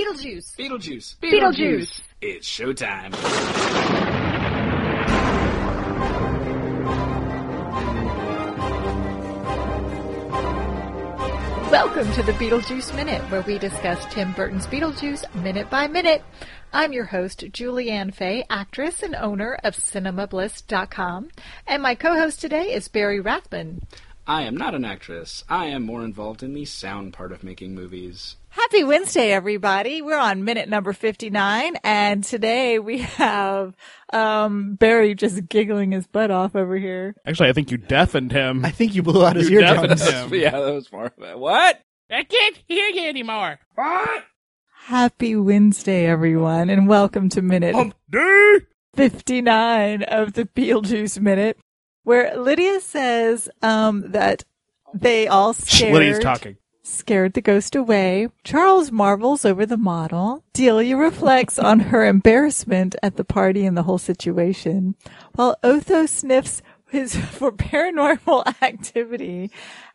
Beetlejuice. Beetlejuice. Beetlejuice. It's showtime. Welcome to the Beetlejuice Minute, where we discuss Tim Burton's Beetlejuice minute by minute. I'm your host, Julianne Fay, actress and owner of CinemaBliss.com, and my co-host today is Barry Rathman. I am not an actress. I am more involved in the sound part of making movies. Happy Wednesday, everybody. We're on minute number 59, and today we have um, Barry just giggling his butt off over here. Actually, I think you deafened him. I think you blew out his You eardrums. deafened him. yeah, that was more of a What? I can't hear you anymore. Happy Wednesday, everyone, and welcome to minute Oh, Um, 59 of the Beetlejuice Minute, where Lydia says um, that they all scared, Lydia's talking. scared the ghost away. Charles marvels over the model. Delia reflects on her embarrassment at the party and the whole situation, while Otho sniffs his for paranormal activity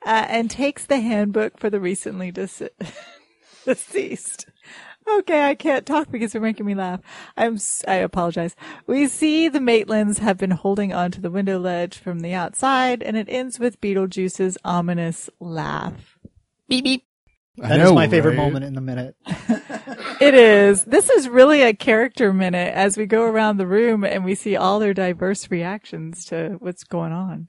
uh, and takes the handbook for the recently dis- deceased. Okay, I can't talk because you're making me laugh. I'm s- I apologize. We see the Maitlands have been holding onto the window ledge from the outside, and it ends with Beetlejuice's ominous laugh. That is my favorite moment in the minute. It is. This is really a character minute as we go around the room and we see all their diverse reactions to what's going on.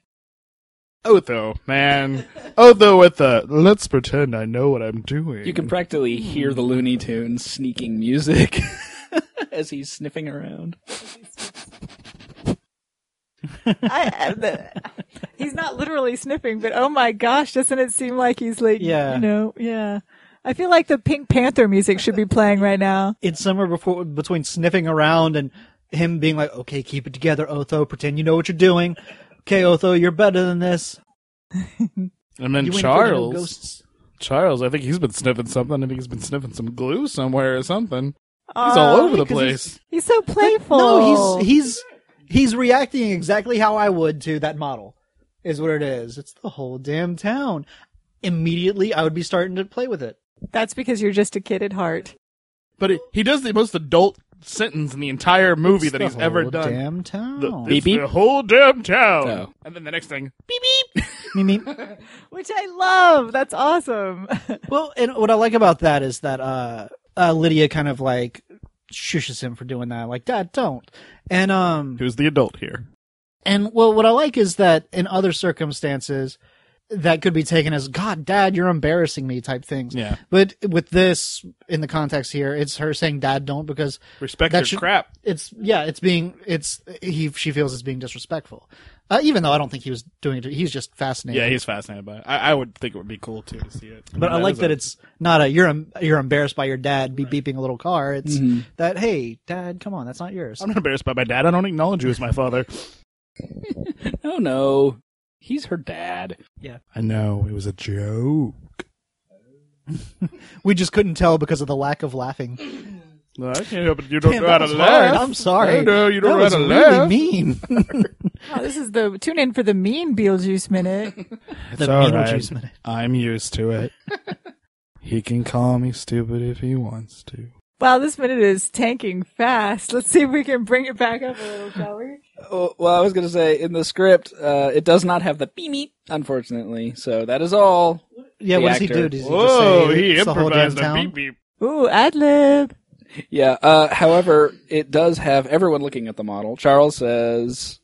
Otho, man. Otho with the let's pretend I know what I'm doing. You can practically hear the Looney Tunes sneaking music as he's sniffing around. I, I- the- he's not literally sniffing, but oh my gosh, doesn't it seem like he's like, Yeah. you know, yeah. I feel like the Pink Panther music should be playing right now. It's somewhere before, between sniffing around and him being like, okay, keep it together, Otho. Pretend you know what you're doing. Okay, Otho, you're better than this. and then You ain't afraid of no Charles. ghosts. Charles, I think he's been sniffing something. I think he's been sniffing some glue somewhere or something. He's Aw, all over the because he's- place. He's so playful. No, he's he's he's reacting exactly how I would to that model. Is what it is. It's the whole damn town. Immediately, I would be starting to play with it. That's because you're just a kid at heart. But he- he does the most adult sentence in the entire movie It's that the he's ever whole done. Damn The, town. Oh. it's Beep, the beep. whole damn town. No. And then the next thing, Me, me. Which I love. That's awesome. Well, and what I like about that is that uh, uh, Lydia kind of like shushes him for doing that. Like, Dad, don't. And um, who's the adult here? and well, what I like is that in other circumstances, that could be taken as God, Dad, you're embarrassing me type things. Yeah. But with this, in the context here, it's her saying, Dad, don't, because Respect That your should- crap. it's yeah, it's being it's he she feels it's being disrespectful. Uh, even though I don't think he was doing it, to- he's just fascinated. Yeah, he's fascinated by it. I, I would think it would be cool too to see it. But I mean, like is that a- it's not a you're em- you're embarrassed by your dad be beeping a little car. It's that hey dad, come on, that's not yours. I'm not embarrassed by my dad. I don't acknowledge you as my father. Oh no. He's her dad. I know it was a joke. We just couldn't tell because of the lack of laughing. No, I can't help it. You don't Damn, know that how to was hard. laugh. I'm sorry. I know you don't that know was how to really laugh. mean. Oh, this is the tune in for the mean Beetlejuice minute. the Beetlejuice minute. I'm used to it. he can call me stupid if he wants to. Wow, this minute is tanking fast. Let's see if we can bring it back up a little, shall we? Oh, well, I was going to say in the script, uh, it does not have the beep, unfortunately. So that is all. Yeah, The what does he actor. do? Does he Whoa, just say he it's the whole damn improvised a town? beep beep. Ooh, ad lib. Yeah. Uh, however, it does have everyone looking at the model. Charles says,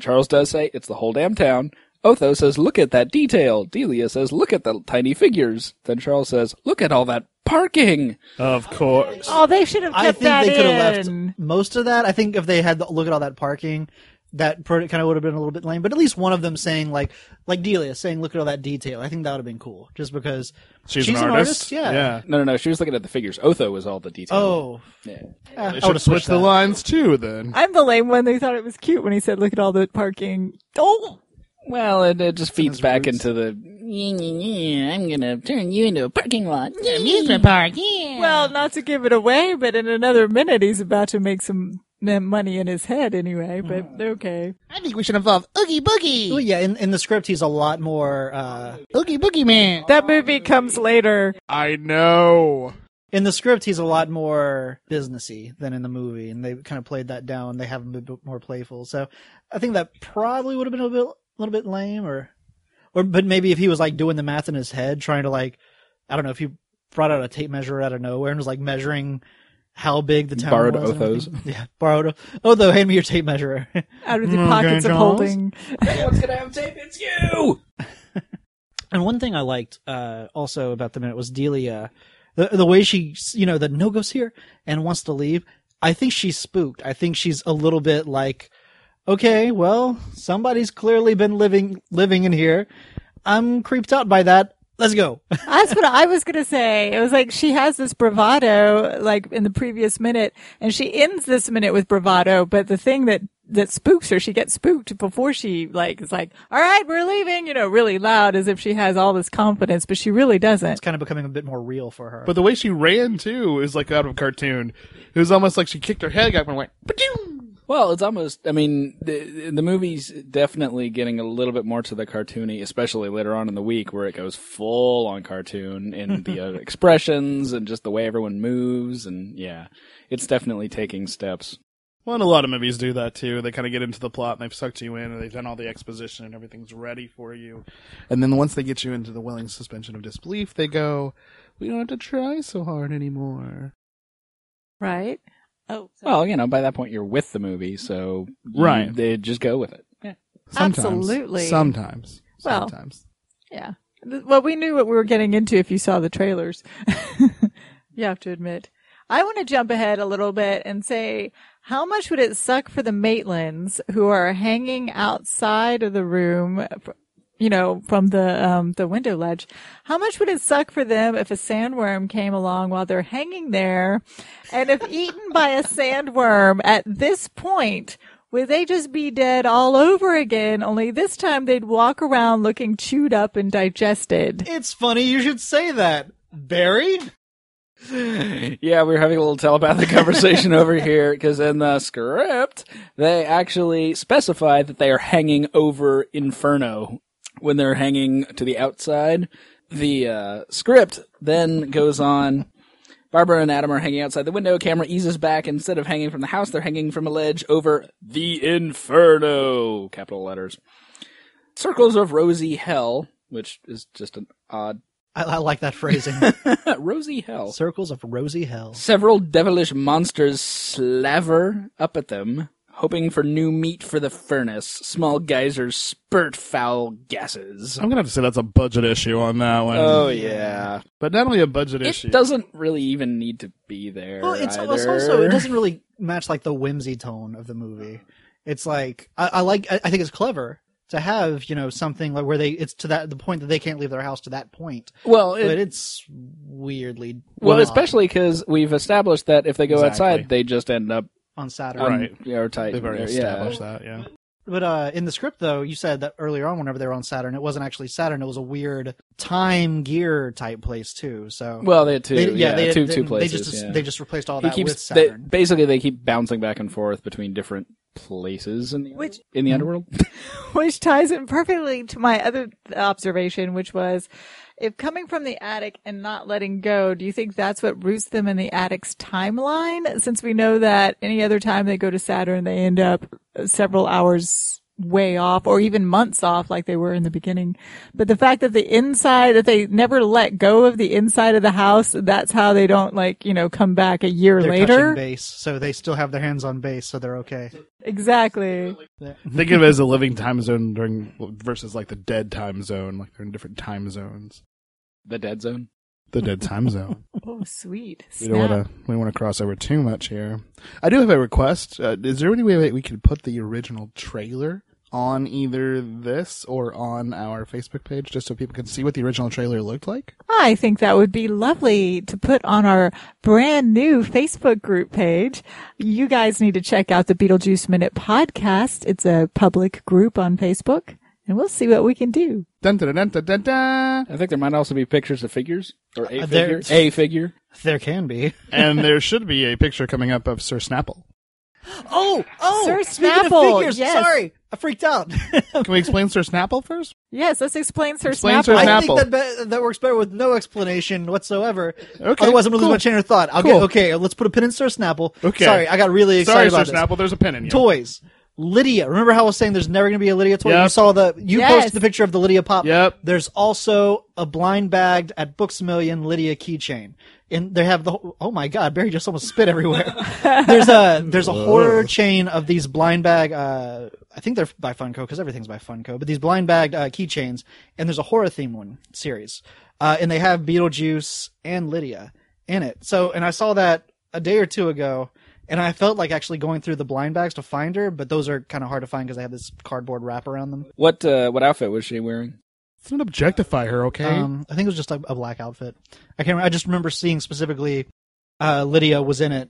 Charles does say it's the whole damn town. Otho says, look at that detail. Delia says, look at the tiny figures. Then Charles says, look at all that parking. Of course. Oh, they should have kept I think that they could have in. left most of that. I think if they had the, look at all that parking, that kind of would have been a little bit lame. But at least one of them saying like like Delia saying, "Look at all that detail." I think that would have been cool, just because She's, she's an, artist. Yeah. No, no, no. She was looking at the figures. Otho was all the detail. Oh, Yeah. Ah, They I would should have switch switched the that. lines too then. I'm the lame one. They thought it was cute when he said, "Look at all the parking." Oh, Well, it, it just feeds his back roots. into the. I'm gonna turn you into a parking lot. Amusement park. Yeah. well, not to give it away, but in another minute, he's about to make some m- money in his head anyway. Mm. But okay, I think we should involve Oogie Well, Boogie. yeah, in, in the script, he's a lot more. Uh, Oogie Boogie Man. that movie comes later. I know. In the script, he's a lot more businessy than in the movie, and they kind of played that down. They have him a bit more playful, so I think that probably would have been a bit, little bit lame, or, or but maybe if he was like doing the math in his head, trying to like, I don't know, if he brought out a tape measure out of nowhere and was like measuring how big the town Borrowed was and Otho's. everything. yeah, borrowed. Otho, hand me your tape measure. Out of the Okay, pockets of Charles. holding. Anyone's gonna have tape? It's you. And one thing I liked uh, also about the minute was Delia, the the way she you know the no goes here and wants to leave. I think she's spooked. I think she's a little bit like, okay, well, somebody's clearly been living living in here. I'm creeped out by that. Let's go. That's what I was gonna say. It was like she has this bravado, like in the previous minute, and she ends this minute with bravado. But the thing that that spooks her, she gets spooked before she like is like, "All right, we're leaving," you know, really loud, as if she has all this confidence, but she really doesn't. It's kind of becoming a bit more real for her. But the way she ran too is like out of a cartoon. It was almost like she kicked her head up and went. "Padoom!" Well, it's almost. I mean, the the movie's definitely getting a little bit more to the cartoony, especially later on in the week, where it goes full on cartoon in the uh, expressions and just the way everyone moves, and yeah, it's definitely taking steps. Well, and a lot of movies do that too. They kind of get into the plot and they've sucked you in and they've done all the exposition and everything's ready for you. And then once they get you into the willing suspension of disbelief, they go, "We don't have to try so hard anymore." Right? Oh, Well, you know, by that point you're with the movie, so you- Right. They just go with it. Yeah. Sometimes, Absolutely. Sometimes. Well, sometimes. yeah. Th- Well, we knew what we were getting into if you saw the trailers. you have to admit. I want to jump ahead a little bit and say, how much would it suck for the Maitlands who are hanging outside of the room, f- you know, from the, um, the window ledge? How much would it suck for them if a sandworm came along while they're hanging there? And if eaten by a sandworm at this point, would they just be dead all over again? Only this time they'd walk around looking chewed up and digested. it's funny you should say that, Barry. Yeah, we were having a little telepathic conversation over here because in the script, they actually specify that they are hanging over Inferno when they're hanging to the outside. The uh, script then goes on. Barbara and Adam are hanging outside the window. Camera eases back. Instead of hanging from the house, they're hanging from a ledge over the Inferno. Capital letters. Circles of rosy hell, which is just an odd I, I like that phrasing. rosy hell. Circles of rosy hell. Several devilish monsters slaver up at them, hoping for new meat for the furnace. Small geysers spurt foul gases. I'm gonna have to say that's a budget issue on that one. Oh yeah, but not only a budget issue. it doesn't really even need to be there. Well, it's, it's either. also it doesn't really match like the whimsy tone of the movie. It's like I, I like I, I think it's clever to have you know something like where they it's to that the point that they can't leave their house to that point, Well, it, but it's weirdly well, odd especially because we've established that if they go Exactly. outside, they just end up on Saturday. on Right. airtight. They've already yeah. established that, yeah. But uh, in the script though, you said that earlier on whenever they were on Saturn, it wasn't actually Saturn. It was a weird time gear type place too. So Well, they had two. They- yeah, they, two they, two they places. just yeah. they just replaced all he that with keeps they, Saturn. basically they keep bouncing back and forth between different places in the Which- in Hmm. the underworld. which ties in perfectly to my other observation, which was if coming from the attic and not letting go, do you think that's what roots them in the attic's timeline? Since we know that any other time they go to Saturn, they end up several hours way off or even months off like they were in the beginning. But the fact that the inside, that they never let go of the inside of the house, that's how they don't like, you know, come back a year They're touching later. base, so they still have their hands on base, so they're okay. Exactly. Think of it as a living time zone during versus like the dead time zone, like they're in different time zones. the dead zone. The dead time zone. Oh, sweet. We uh, don't want to. We don't want to cross over too much here. I do have a request. Uh, is there any way that we could put the original trailer on either this or on our Facebook page, just so people can see what the original trailer looked like? I think that would be lovely to put on our brand new Facebook group page. You guys need to check out the Beetlejuice Minute podcast. It's a public group on Facebook and we'll see what we can do. Dun dun dun dun dun. dun. I think there might also be pictures of figures or a Uh, figure. there- A figure. There can be. and there should be a picture coming up of Sir Snapple. Oh, oh, Sir speaking of Snapple, figures, yes. Sorry, I freaked out. Can we explain Sir Snapple first? Yes, let's explain Sir Explain Sir Snapple. Snapple. I think that be- that works better with no explanation whatsoever. Okay, Otherwise, I'm gonna cool. lose my train of thought. I'll Cool. get okay. Let's put a pin in Sir Snapple. Okay. Sorry, I got really Sorry, excited Sir about this. Snapple. There's a pen in you. Toys. Lydia. Remember how I was saying there's never going to be a Lydia toy? Yep. You saw the you Yes. posted the picture of the Lydia pop. Yep. There's also a blind bagged at Books a Million Lydia keychain. And they have the whole- oh my god, Barry just almost spit everywhere. there's a there's a horror chain of these blind bag uh I think they're by Funko because everything's by Funko, but these blind bagged uh, keychains and there's a horror theme one series. Uh and they have Beetlejuice and Lydia in it. So and I saw that a day or two ago and I felt like actually going through the blind bags to find her, but those are kind of hard to find because they have this cardboard wrap around them. What uh, what outfit was she wearing? Let's not objectify her, okay? Um, I think it was just a, a black outfit. I can't. remember. I just remember seeing specifically uh, Lydia was in it.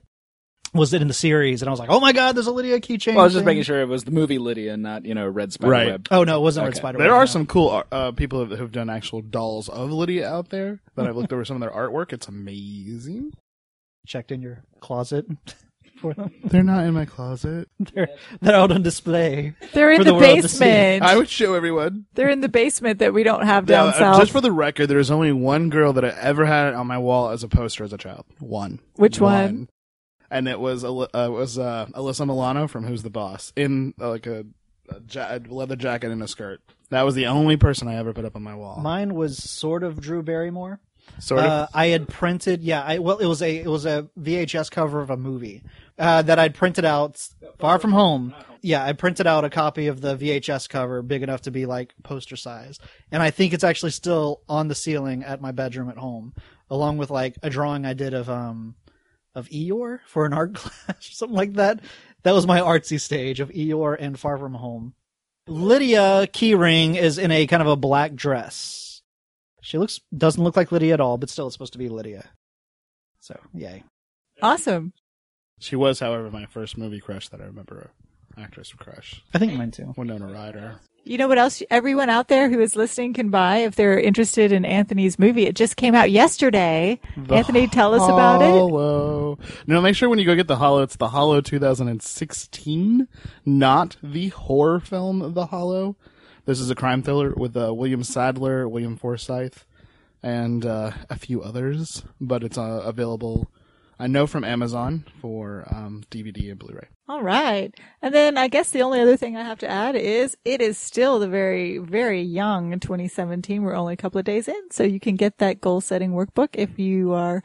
Was it in the series? And I was like, oh my god, there's a Lydia keychain. Well, I was just thing." making sure it was the movie Lydia, and not you know Red Spider Right. Web. Oh no, it wasn't Red Okay. Spider. there Web, are no. some cool uh, people who have done actual dolls of Lydia out there that I've looked over some of their artwork. It's amazing. checked in your closet for them. They're not in my closet. They're, they're out on display. They're in For the, the world to see. basement. I would show everyone. They're in the basement that we don't have Now, down uh, south. just for the record, there is only one girl that I ever had on my wall as a poster as a child. One. Which one? And it was Aly- uh, it was uh, Alyssa Milano from Who's the Boss in uh, like a, a, ja- a leather jacket and a skirt. That was the only person I ever put up on my wall. Mine was sort of Drew Barrymore. sort of. Uh, I had printed, yeah. I, well, it was a it was a VHS cover of a movie uh, that I'd printed out far from home. Yeah, I printed out a copy of the VHS cover, big enough to be like poster size, and I think it's actually still on the ceiling at my bedroom at home, along with like a drawing I did of um of Eeyore for an art class or something like that. That was my artsy stage of Eeyore and Far From Home. Lydia Keyring is in a kind of a black dress. She looks doesn't look like Lydia at all, but still it's supposed to be Lydia. So yay. awesome. she was, however, my first movie crush that I remember. Actress crush. I think mine too. Winona Ryder. You know what else everyone out there who is listening can buy if they're interested in Anthony's movie? It just came out yesterday. Anthony, tell us about it. Hollow. No, make sure when you go get the Hollow, it's the Hollow 2016, not the horror film The Hollow. This is a crime thriller with uh, William Sadler, William Forsythe, and uh, a few others, but it's uh, available, I know, from Amazon for um, DVD and Blu-ray. All right. And then I guess the only other thing I have to add is it is still the very, very young 2017. We're only a couple of days in. So you can get that goal setting workbook if you are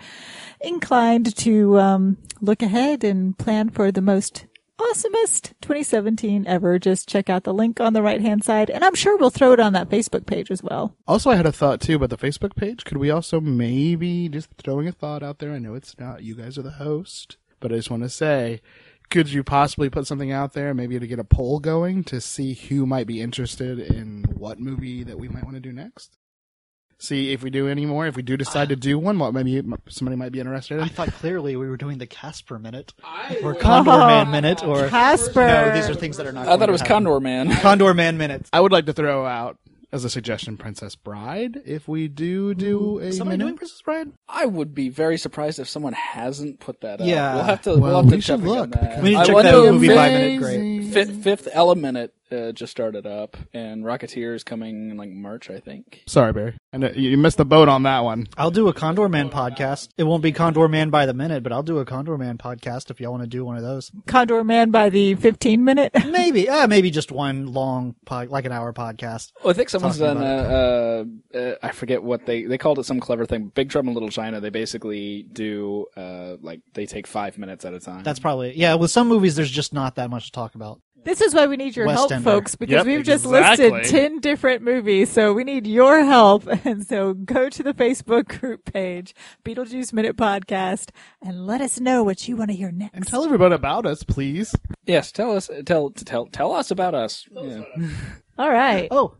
inclined to um, look ahead and plan for the most awesomest 2017 ever. Just check out the link on the right hand side. And I'm sure we'll throw it on that Facebook page as well. Also, I had a thought too about the Facebook page. Could we also maybe just throwing a thought out there? I know it's not you guys are the host, but I just want to say, could you possibly put something out there, maybe to get a poll going to see who might be interested in what movie that we might want to do next? See if we do any more. If we do decide to do one, what maybe somebody might be interested I in. thought clearly we were doing the Casper minute or Condor Man minute or Casper. No, these are things that are not. I going thought to it was happen. Condor Man. Condor Man minute. I would like to throw out as a suggestion, Princess Bride. If we do do a Somebody minute- doing Princess Bride? I would be very surprised if someone hasn't put that up. Yeah. we'll have to. Well, we'll have to we should check on look, that. because- We need to I check wonder that if movie Fifth- by minute grade. Fifth, Fifth Element uh, just started up, and Rocketeer is coming in like March, I think. Sorry, Barry. I know you you missed the boat on that one. I'll do a Condor Man podcast. It won't be Condor Man by the minute, but I'll do a Condor Man podcast if y'all want to do one of those. Condor Man by the 15 minute. Maybe, uh, maybe just one long, pod, like an hour podcast. Well, I think someone's Talking done. Uh, uh, uh, I forget what they they called it some clever thing. Big Trouble in Little China. They basically do uh, like they take five minutes at a time. That's probably yeah. With some movies, there's just not that much to talk about. This is why we need your West help, Ender. folks, because Yep, we've exactly. just listed 10 different movies. So we need your help. And so go to the Facebook group page, Beetlejuice Minute Podcast, and let us know what you want to hear next. And tell everybody about us, please. yes. Tell us. Tell tell tell us about us. Yeah. All right. Oh,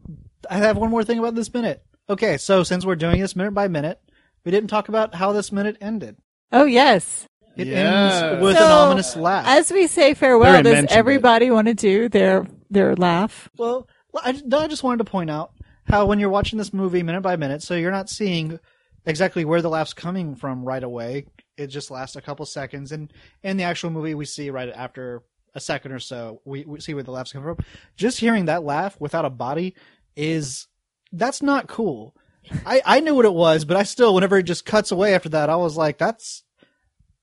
I have one more thing about this minute. Okay, so since we're doing this minute by minute, we didn't talk about how this minute ended. Oh, yes. It Yes. ends with So, an ominous laugh. As we say Barry farewell, does mentioned it. everybody want to do their, their laugh? well, I, I just wanted to point out how when you're watching this movie minute by minute, so you're not seeing exactly where the laugh's coming from right away. It just lasts a couple seconds, and in the actual movie, we see right after a second or so, we, we see where the laughs come from. Just hearing that laugh without a body is that's not cool. I I knew what it was, but I still, whenever it just cuts away after that, I was like, that's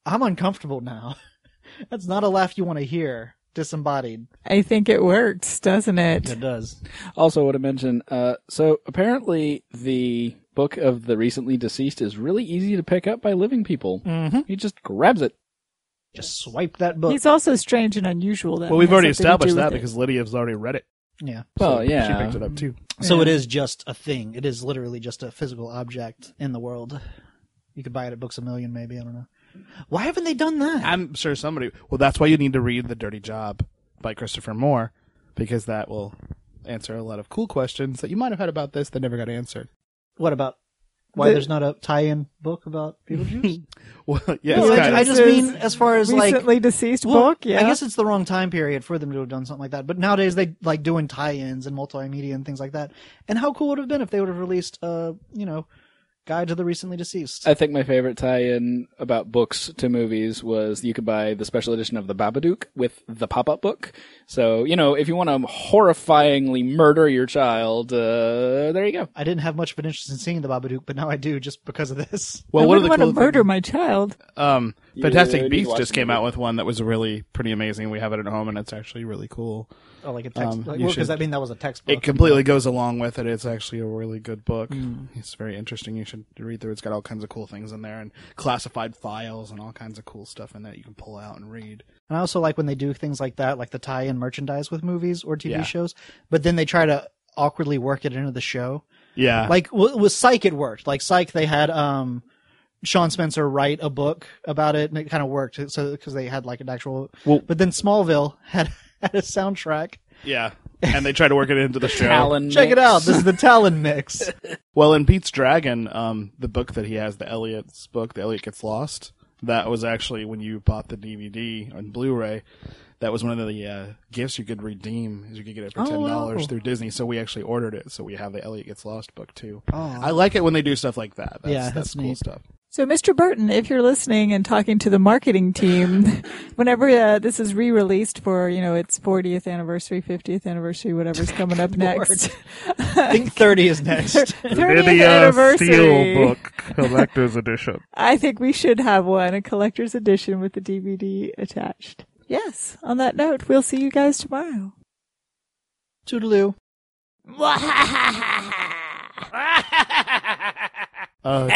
I'm uncomfortable now. that's not a laugh you want to hear, disembodied. I think it works, doesn't it? does. Also, want to mention. Uh, so apparently, the book of the recently deceased is really easy to pick up by living people. Mm-hmm. He just grabs it. Just swipe that book. He's also strange and unusual. That Well, we've has already something to do established with that it. because Lydia's already read it. yeah. Well, She yeah. picked it up too. So it is just a thing. It is literally just a physical object in the world. You could buy it at Books a Million, maybe. I don't know. Why haven't they done that? I'm sure somebody. Well, that's why you need to read The Dirty Job by Christopher Moore because that will answer a lot of cool questions that you might have had about this that never got answered. what about why The- there's not a tie-in book about Beetlejuice? Well, yeah, No, it's I, kind I of- This just is mean as far as like recently deceased well, book. Yeah, I guess it's the wrong time period for them to have done something like that. But nowadays they like doing tie-ins and multimedia and things like that. And how cool would it have been if they would have released a you know guide to the recently deceased? I think my favorite tie-in about books to movies was you could buy the special edition of The Babadook with the pop-up book. So you know, if you want to horrifyingly murder your child, uh, there you go. I didn't have much of an interest in seeing the Babadook, but now I do just because of this. well, I one of wouldn't the want cool to murder my child. Um, You Fantastic need to Beasts watch just the came movie. out with one that was really pretty amazing. We have it at home, and it's actually really cool. Oh, like a text. Um, like, you well, does should- that mean that was a textbook? It completely goes along with it. It's actually a really good book. It's very interesting. You should read through. It's got all kinds of cool things in there, and classified files, and all kinds of cool stuff in there that you can pull out and read. And I also like when they do things like that, like the tie-in merchandise with movies or TV Yeah. shows, but then they try to awkwardly work it into the show. Yeah, Like w- with Psych, it worked. Like Psych, they had um, Sean Spencer write a book about it, and it kind of worked. So because they had like an actual, Well- but then Smallville had had a soundtrack. yeah. And they try to work it into the show. Talon Check it mix. out. This is the Talon mix. Well, in Pete's Dragon, um, the book that he has, the Elliot's book, the Elliot Gets Lost, that was actually when you bought the DVD on Blu-ray. That was one of the uh, gifts you could redeem. Is you could get it for ten dollars through Disney. So we actually ordered it. So we have the Elliot Gets Lost book too. I like it when they do stuff like that. That's, Yeah, that's, that's cool neat. stuff. So, Mr. Burton, if you're listening and talking to the marketing team, whenever uh, this is re-released for you know its 40th anniversary, 50th anniversary, whatever's coming up next, I think thirty is next. 30th anniversary. Collector's Edition. I think we should have one, a collector's edition with the DVD attached. Yes. On that note, we'll see you guys tomorrow. Toodaloo. Uh,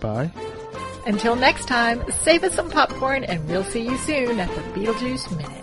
bye. Until next time, save us some popcorn and we'll see you soon at the Beetlejuice Minute.